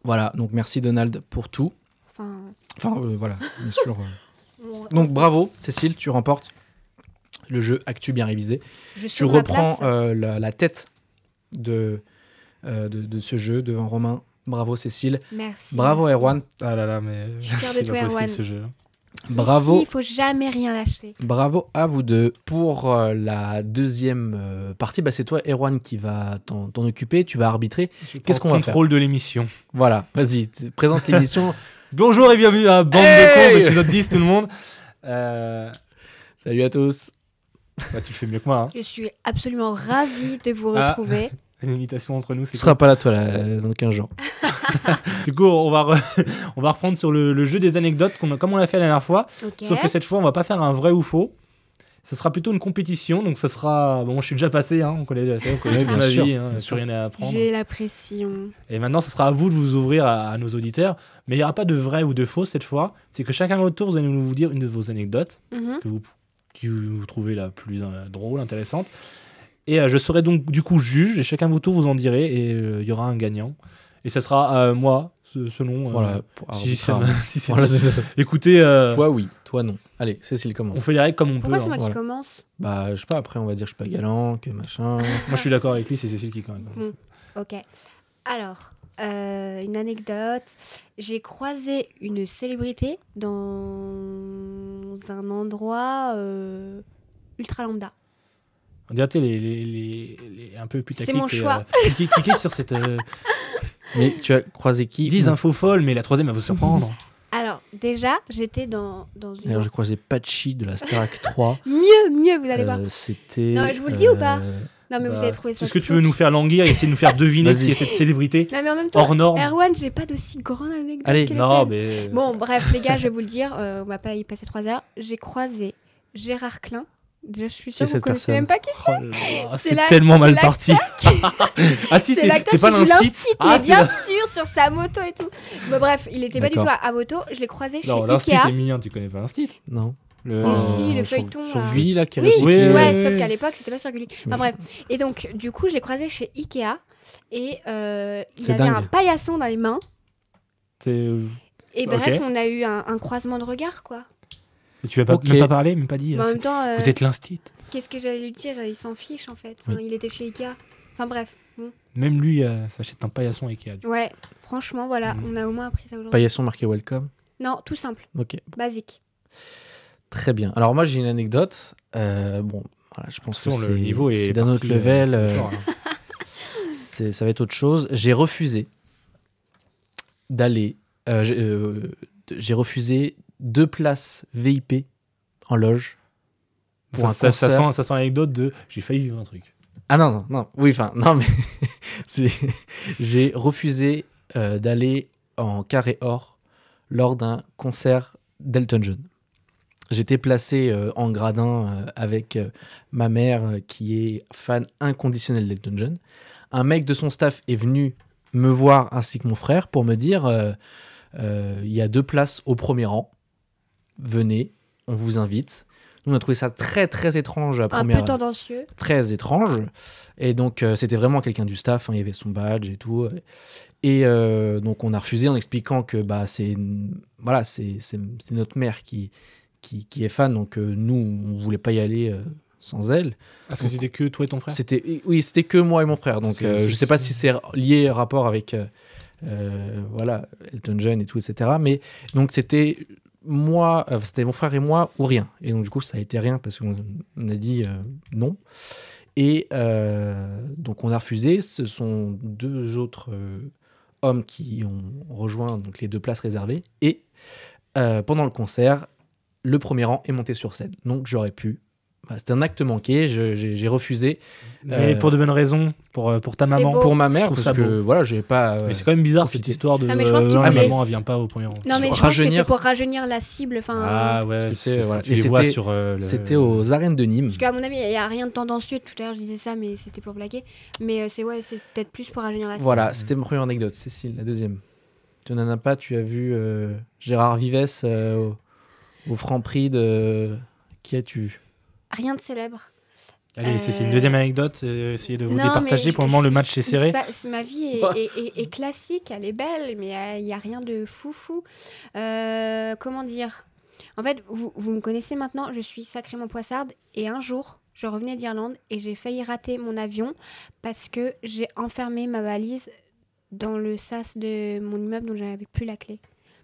Voilà, donc merci Donald pour tout. Enfin, Enfin, euh, voilà, bien sûr. euh, on- Donc bravo, Cécile, tu remportes le jeu Actu bien révisé. je Tu sauve ma reprends place. euh, la, la tête de, euh, de, de ce jeu devant Romain. Bravo Cécile, Merci. bravo merci. Erwan, Ah là là, mais suis fière de c'est pas toi, possible, Erwan. ce jeu. bravo, Ici, il faut jamais rien lâcher. bravo à vous deux. Pour euh, la deuxième euh, partie, bah, c'est toi Erwan qui va t'en t'en occuper, tu vas arbitrer. Qu'est-ce qu'on va faire Contrôle de l'émission. Voilà, vas-y, t- présente l'émission. Bonjour et bienvenue à Bande Hey de cons, épisode 10, tout le monde. Euh, Salut à tous. bah, tu le fais mieux que moi. hein. Je suis absolument ravie de vous Ah. retrouver. Une imitation entre nous, c'est Tu seras pas là, toi, là, euh, dans 15 jours. cool. Du coup, on va, re- on va reprendre sur le, le jeu des anecdotes, qu'on a- comme on l'a fait la dernière fois. Ok. Sauf que cette fois, on va pas faire un vrai ou faux. Ce sera plutôt une compétition, donc ce sera. Bon, je suis déjà passé, hein, on connaît, on connaît Oui, bien bien ma sûr, vie, hein, bien plus sûr. rien à apprendre. J'ai la pression. Et maintenant, ce sera à vous de vous ouvrir à, à nos auditeurs. Mais il n'y aura pas de vrai ou de faux cette fois. C'est que chacun votre tour, vous allez nous vous dire une de vos anecdotes Mhm. que vous, que vous trouvez la plus euh, drôle, intéressante. Et euh, je serai donc du coup juge, et chacun votre tour, vous en direz, et euh, il y aura un gagnant. Et ça sera euh, moi, ce- selon. euh, Voilà. pour- si ça- arbitrairement. si c'est- Voilà, c'est ça. Écoutez, euh, Toi, oui. Toi, non. Allez, Cécile, on commence. fait les règles comme on Pourquoi peut. c'est moi hein. voilà. qui commence Bah, je sais pas, après, on va dire je suis pas galant, que machin. Moi, je suis d'accord avec lui, c'est Cécile qui quand même. Mm. Ok. Alors, euh, une anecdote. J'ai croisé une célébrité dans un endroit euh, ultra lambda. On dirait, tu sais, les, les, les- les- un peu putaclic. C'est mon et, choix. euh, cliquez, cliquez sur cette. euh, Mais tu as croisé qui 10 infos folles, mais la troisième va vous surprendre. Alors, déjà, j'étais dans, dans une. Alors, j'ai croisé Patchy de la Starac 3. Mieux, mieux, vous allez voir. Euh, C'était. euh, Non, mais je vous le dis ou pas Non, Ah, mais Bah, vous avez trouvé ça. Est-ce que tu cute. veux nous faire languir et essayer de nous faire deviner Vas-y. qui est cette célébrité Non, mais en même temps, hors norme Erwan, j'ai pas d'aussi grande anecdote. Allez, que la Non, tienne. mais. Bon, bref, les gars, je vais vous le dire, euh, on va pas y passer trois heures. J'ai croisé Gérard Klein. Déjà, je suis sûre que vous cette connaissez personne même pas qui Oh là là, C'est c'est la- tellement c'est mal l'acteur parti. ah si, c'est c'est l'acteur c'est qui pas joue l'incite. l'incite, Ah, mais c'est bien sûr, sur sa moto et tout. Mais bref, il était pas du tout D'accord. à, à moto. Je l'ai croisé chez Non, l'instit est Ikea. mignon, tu connais pas l'instit. Non. Le... Mais si, le sur- feuilleton, Sur là. Gulli, là, qui euh, Oui, réussit- Oui, qui- ouais, oui, sauf oui. qu'à l'époque, c'était pas sur Gulli. Enfin bref. Et donc, du coup, je l'ai croisé chez Ikea. Et euh, il C'est avait dingue. un paillasson dans les mains. C'est, euh, Et Ok. bref, on a eu un, un croisement de regard, quoi. et Tu vas pas, Ok. même pas parler, même pas dit. Mais en c'est- même temps, euh, Vous êtes l'instit. qu'est-ce que j'allais lui dire Il s'en fiche, en fait. Enfin, Il était chez Ikea. Enfin bref. Bon. Même lui euh, s'achète un paillasson Ikea. du coup. Ouais, franchement, voilà, Hmm. on a au moins appris ça aujourd'hui. Paillasson marqué Welcome. Non, tout simple, Ok. basique. Très bien. Alors moi j'ai une anecdote. Euh, bon, voilà, je pense que Attention, c'est le niveau est. c'est d'un autre parti, euh, level. c'est euh, fort, hein. c'est- ça va être autre chose. J'ai refusé d'aller. euh, j'ai euh, de- j'ai refusé deux places VIP en loge. pour Ça- un ça, ça concert. sent, ça sent l'anecdote de j'ai failli vivre un truc. Ah non non non. Oui enfin non mais c'est- j'ai refusé euh, d'aller en carré or lors d'un concert d'Elton John. J'étais placé euh, en gradin euh, avec euh, ma mère euh, qui est fan inconditionnelle d'Elton John. Un mec de son staff est venu me voir ainsi que mon frère pour me dire euh, euh, il y a deux places au premier rang. Venez, on vous invite. Nous, on a trouvé ça très très étrange à Un première peu tendancieux. très étrange. Et donc, euh, c'était vraiment quelqu'un du staff. hein, il y avait son badge et tout. Et euh, donc, on a refusé en expliquant que bah, c'est voilà, c'est c'est- c'est notre mère qui, qui, qui est fan. Donc, euh, nous, on voulait pas y aller euh, sans elle. Parce que c'était que toi et ton frère C'était oui, c'était que moi et mon frère. Donc C'est- euh, c'est- je sais pas c'est- si c'est lié rapport avec euh, euh, voilà Elton John et tout etc. Mais donc c'était moi, euh, c'était mon frère et moi ou rien. Et donc du coup ça a été rien parce qu'on on a dit euh, non. Et euh, donc on a refusé. Ce sont deux autres euh, hommes qui ont rejoint donc les deux places réservées. Et euh, pendant le concert, le premier rang est monté sur scène. Donc j'aurais pu. Voilà, C'était un acte manqué. Je- J'ai j'ai refusé Mais Euh, pour de bonnes raisons, pour, euh, pour ta C'est maman. beau. pour ma mère trouve parce ça que voilà, j'ai pas. euh, Mais c'est quand même bizarre cette Profiter. histoire de Ah, mais je pense qu'il euh, la voulait- maman elle vient pas au premier rang. Non, Sur- mais je pense que rajeunir. c'est pour rajeunir la cible. Enfin, Ah ouais, Parce que c'est- c'est ce voilà. que tu Et les vois c'était- sur euh, le- C'était aux arènes de Nîmes. Parce qu'à mon avis, il n'y a rien de tendancieux. Tout à l'heure, je disais ça, mais c'était pour blaguer. Mais euh, c'est ouais, c'est peut-être plus pour rajeunir la cible. Voilà, Mm. c'était ma première anecdote. Cécile, la deuxième. Tu n'en as pas Tu as vu euh, Gérard Vives euh, au, au Franc Prix de qui as-tu vu Rien de célèbre. Allez, c'est c'est une Euh, deuxième anecdote. euh, essayez de vous Non, départager. mais Pour le moment, le c'est- match est c'est serré. Oh. pas- c'est- ma vie est, est- est- est classique, elle est belle, mais euh, il n'y a rien de foufou. Euh, comment dire En fait, vous, vous me connaissez maintenant, je suis sacrément poissarde. Et un jour, je revenais d'Irlande et j'ai failli rater mon avion parce que j'ai enfermé ma valise dans le sas de mon immeuble dont je n'avais plus la clé.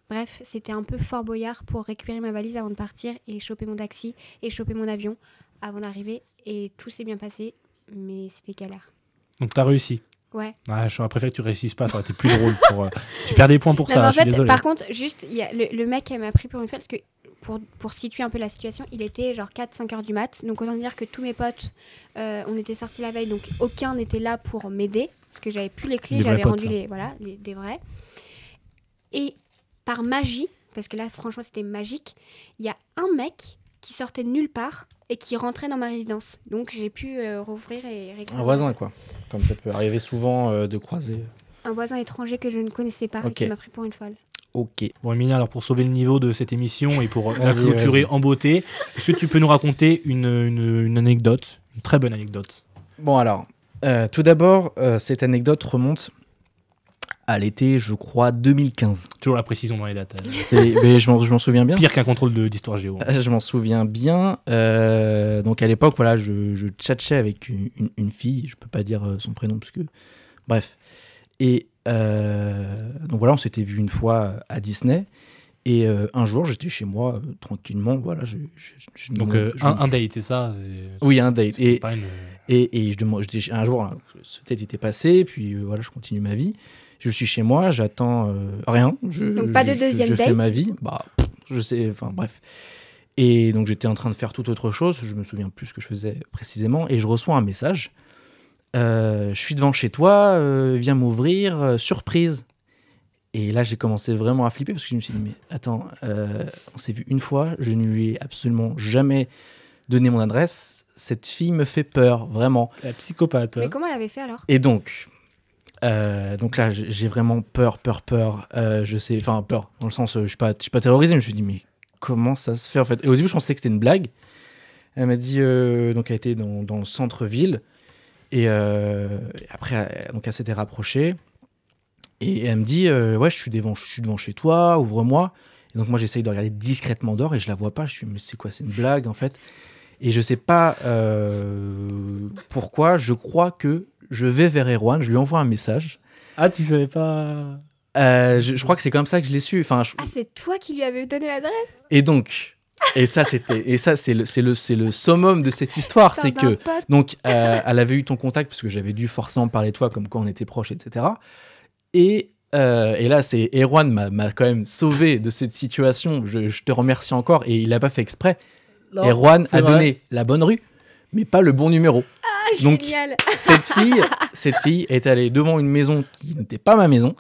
Bref, c'était un peu fort boyard pour récupérer ma valise avant de partir et choper mon taxi et choper mon avion avant d'arriver. Et tout s'est bien passé, mais c'était galère. Donc t'as réussi. Ouais. Ah, j'aurais préféré que tu réussisses pas, ça aurait été plus drôle. pour, euh, Tu perds des points pour Non, mais ça, en je suis fait, désolé. par contre, juste, il y a le, le mec elle m'a pris pour une folle parce que pour, pour situer un peu la situation, il était genre 4-5 heures du mat. Donc autant dire que tous mes potes, euh, on était sortis la veille, donc aucun n'était là pour m'aider. Parce que j'avais plus les clés, Des vrais j'avais potes, rendu ça. les, voilà, les- des vrais. Et par magie, parce que là franchement c'était magique, il y a un mec qui sortait de nulle part et qui rentrait dans ma résidence. Donc j'ai pu euh, rouvrir et récupérer Un voisin, quoi. Comme ça peut arriver souvent euh, de croiser. un voisin étranger que je ne connaissais pas et Ok. qui m'a pris pour une folle. Bah Ok. Bon, Emilia, alors pour sauver le niveau de cette émission et pour euh, la Vas-y, clôturer vas-y. en beauté, est-ce que tu peux nous raconter une, une- une anecdote, une très bonne anecdote Bon alors, euh, tout d'abord, euh, cette anecdote remonte à l'été, je crois, 2015. Toujours la précision dans les dates. euh, C'est, mais je m'en je m'en souviens bien. Pire qu'un contrôle de- d'histoire géo. hein. Ah, Je m'en souviens bien. Euh, donc à l'époque, voilà, je, je tchatchais avec une, une- une fille. Je peux pas dire euh, son prénom parce que, bref. Et euh, donc voilà, on s'était vu une fois à Disney. Et euh, un jour, j'étais chez moi euh, tranquillement. Voilà, je, je- je- je- Donc je- euh, je- un, un date, c'est ça c'est- oui, un date. c'est Et, pas une- euh, et, et je demande, j'étais chez- un jour, hein, ce tête était passé, puis euh, voilà, je continue ma vie. Je suis chez moi, j'attends euh, rien. Je, Donc, pas de je- deuxième Je fais date ma vie. Bah, pff, je sais, enfin bref. Et donc j'étais en train de faire toute autre chose, je me souviens plus ce que je faisais précisément, et je reçois un message. Euh, je suis devant chez toi, euh, viens m'ouvrir, euh, surprise. Et là, j'ai commencé vraiment à flipper parce que je me suis dit, mais attends, euh, on s'est vu une fois, je ne lui ai absolument jamais donné mon adresse. Cette fille me fait peur, vraiment. La psychopathe. hein. Mais comment elle avait fait alors Et donc, euh, donc là, j'ai j'ai vraiment peur, peur, peur. Euh, je sais, enfin, peur, dans le sens, euh, je suis pas, je suis pas terrorisé, mais je me suis dit, mais comment ça se fait en fait Et au début, je pensais que c'était une blague. Elle m'a dit, euh, donc elle était dans, dans le centre-ville. Et euh, après, euh, donc elle s'était rapprochée. Et elle me dit, euh, ouais, je suis, devant, je suis devant chez toi, ouvre-moi. Et donc moi, j'essaye de regarder discrètement dehors et je la vois pas. Je suis, mais c'est quoi, c'est une blague en fait et je sais pas euh, pourquoi, je crois que je vais vers Erwan, je lui envoie un message. Ah, tu savais pas Euh, je, je crois que c'est comme ça que je l'ai su. Enfin, je- Ah, c'est toi qui lui avais donné l'adresse et donc, et ça c'était, et ça c'est le, c'est le, c'est le summum de cette histoire, putain, Ah, c'est hein, d'un que pote. donc euh, elle avait eu ton contact parce que j'avais dû forcément parler de toi, comme quoi on était proches, etc. Et euh, et là, c'est Erwan m'a- m'a quand même sauvé de cette situation. Je, je te remercie encore. Et il n'a pas fait exprès. Erwan c'est a vrai. donné la bonne rue, mais pas le bon numéro. Ah, donc, bah génial cette fille, cette fille est allée devant une maison qui n'était pas ma maison,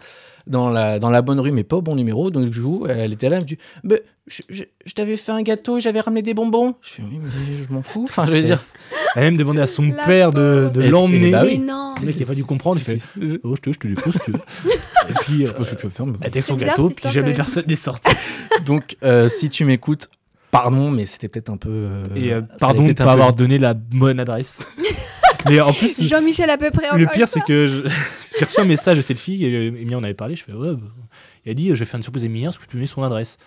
dans la, dans la bonne rue, mais pas au bon numéro. Donc, je vous, elle était là, elle me dit Bah, je, je- je t'avais fait un gâteau et j'avais ramené des bonbons. Je fais Oui, mais je m'en fous. Enfin, je veux dire. Elle a même demandé à son La père de, de Et- et l'emmener. bah Ah Mais oui. non Le mec, il a pas dû comprendre. Il fait Je Oh, je te, je te dépose, tu veux. Et puis, euh, sais pas ce que tu veux faire. mais bon. elle était son C'est bizarre, gâteau, cette puis histoire, jamais quand même. personne n'est sorti. Donc, euh, si tu m'écoutes, pardon, mais c'était peut-être un peu. euh, Et ça euh, allait pardon de ne peut-être un pas peu avoir vite. donné la bonne adresse. Mais en plus, Jean-Michel à peu près le encore pire, une c'est que je- j'ai reçu un message de cette fille, et euh, Emilia on avait parlé, je fais ouais, bah. elle a dit, je vais faire une surprise à Emilia, est-ce que tu peux me donner son adresse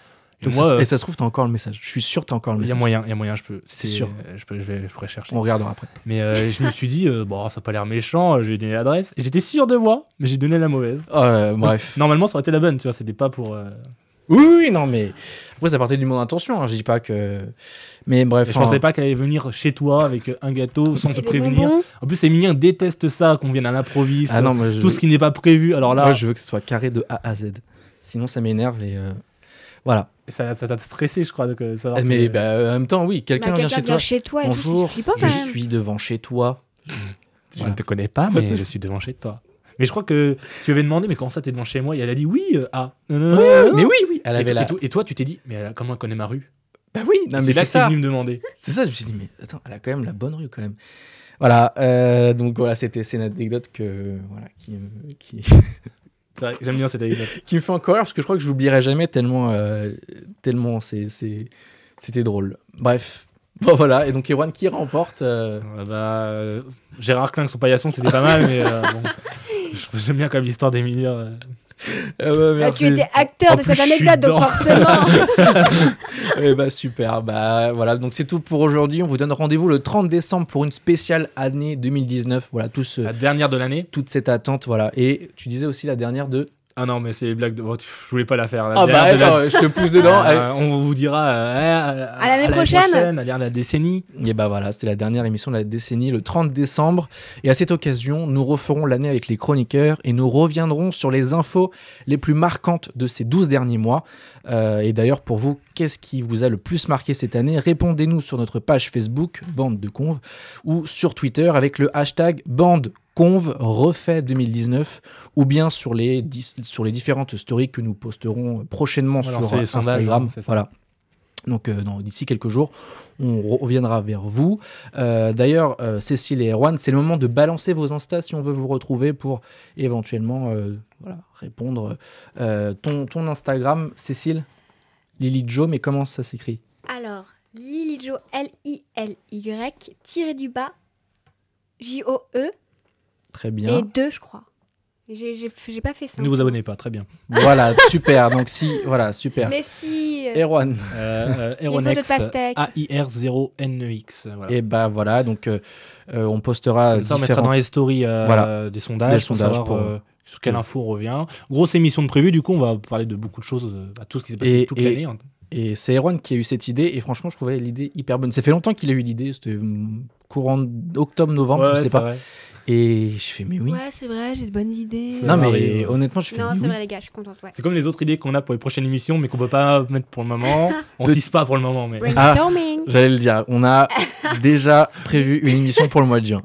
Et Donc, moi, ça- euh, et ça se trouve, t'as encore le message. Je suis sûr, t'as encore le il y a message. moyen, il y a moyen, je peux. C'est sûr. euh, Je, peux, je, vais, je pourrais chercher. On regardera après. Mais euh, je me suis dit, euh, bon, ça n'a pas l'air méchant, euh, je vais donner l'adresse. Et j'étais sûr de moi, mais j'ai donné la mauvaise. Euh, Donc, bref. Normalement, ça aurait été la bonne, tu vois, c'était pas pour. euh, Oui, oui, non, mais après, ça partait du mon intention. hein, Je dis pas que. Mais et bref. Je enfin, pensais pas qu'elle allait venir chez toi avec euh, un gâteau sans te Et des prévenir. bonbons. En plus, Emilien déteste ça, qu'on vienne à l'improviste. euh, Ah non, mais je- Tout ce qui n'est pas prévu. Alors là, Moi, je veux que ce soit carré de A à Z. Sinon, ça m'énerve et. euh, Voilà. ça ça t'a stressé, je crois. donc, euh, savoir mais que- bah, en même temps, oui, Bah, quelqu'un vient chez toi. et tout, Bonjour, c'est flippant, je quand même. suis devant chez toi. je voilà. ne te connais pas, mais je suis devant chez toi. Mais je crois que tu avais demandé, mais comment ça, t'es devant chez moi Et elle a dit oui, euh, ah. mais oui, oui, elle Et, avait et la. toi- et toi, tu t'es dit, mais elle a- comment elle connaît ma rue Bah oui, non, Et mais C'est là c'est que c'est ça. venu me demander. C'est ça, je me suis dit, mais attends, elle a quand même la bonne rue quand même. Voilà, euh, donc voilà, c'était c'est une anecdote que, voilà, qui, me- qui, C'est vrai, J'aime bien cette anecdote. qui me fait encore rire, parce que je crois que je l'oublierai jamais tellement, euh, tellement c'est- c'est- c'était drôle. Bref, bon voilà, et donc Erwan qui remporte. euh, Ah bah, euh, Gérard Klein, son paillasson, c'était pas mal, mais euh, bon. Je- J'aime bien quand même l'histoire d'Emilia. euh. euh, Bah, tu merci. étais acteur En de plus, cette je suis anecdote, donc dedans. forcément. Eh bah super, bah voilà, donc c'est tout pour aujourd'hui. On vous donne rendez-vous le 30 décembre pour une spéciale année 2019. Voilà, tout ce- La dernière de l'année. toute cette attente, voilà. Et tu disais aussi la dernière de Ah non, mais c'est les blagues de. oh, tu- je voulais pas la faire. la Ah bah dernière de la- attends, je te pousse dedans. allez. Euh, on vous dira euh, eh, à, l'année prochaine. à l'ère de la décennie. Et bah voilà, c'était la dernière émission de la décennie, le 30 décembre. Et à cette occasion, nous referons l'année avec les chroniqueurs et nous reviendrons sur les infos les plus marquantes de ces 12 derniers mois. Euh, et d'ailleurs, pour vous, qu'est-ce qui vous a le plus marqué cette année Répondez-nous sur notre page Facebook, Bande de Conve, ou sur Twitter avec le hashtag Bande Conve refait 2019, ou bien sur les, dis- sur les différentes stories que nous posterons prochainement Alors, sur c'est les sondages, Instagram. hein, c'est ça. voilà. Donc, euh, dans- d'ici quelques jours, on reviendra vers vous. Euh, D'ailleurs, euh, Cécile et Erwan, c'est le moment de balancer vos Insta si on veut vous retrouver pour éventuellement euh, voilà, répondre. Euh, ton, ton Instagram, Cécile Lily Joe, mais comment ça s'écrit Alors, Lily Jo, L-I-L-Y, tiré du bas, J-O-E, Très et bien. 2, je crois. J'ai j'ai- j'ai pas fait ça. Ne vous abonnez pas, très bien. Voilà, super. Donc, si, voilà, super. Mais si. euh, Erwan. Euh, euh, pots de Aeronex, pastèque. ah, AIR0NEX. E Voilà. Et bah voilà, donc euh, euh, on postera Comme ça, on mettra différentes- dans les stories euh, Voilà. des Des sondages, pour sondages savoir pour- euh, sur quelle Oui. info on revient. Grosse émission de prévue, du coup, on va parler de beaucoup de choses, euh, bah, tout ce qui s'est passé Et- toute et- l'année. hein. Et c'est Erwan qui a eu cette idée, et franchement, je trouvais l'idée hyper bonne. Ça fait longtemps qu'il a eu l'idée, c'était hum, courant octobre, novembre, Ouais, je sais c'est pas. vrai. Et je fais, mais oui. Ouais, c'est vrai, j'ai de bonnes idées. C'est Non, Non, mais Marie, ouais. honnêtement, je fais, mais c'est oui. vrai, les gars, je suis contente. Ouais. C'est comme les autres idées qu'on a pour les prochaines émissions, mais qu'on peut pas mettre pour le moment. on Peut- tisse pas pour le moment, mais. Ah, Ah. Brainstorming. J'allais le dire, on a déjà prévu une émission pour le mois de juin.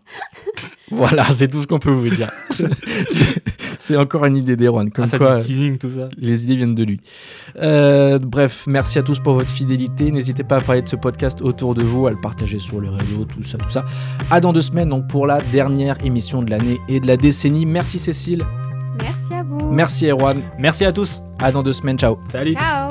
Voilà, c'est tout ce qu'on peut vous dire. C'est- c'est encore une idée d'Erwan, comme Ah, ça quoi du teasing, tout ça. les idées viennent de lui. Euh, bref, merci à tous pour votre fidélité. N'hésitez pas à parler de ce podcast autour de vous, à le partager sur les réseaux, tout ça, tout ça. À dans deux semaines, donc pour la dernière émission de l'année et de la décennie. Merci Cécile, Merci à vous. merci Erwan. Merci à tous. À dans deux semaines, ciao. Salut. Ciao.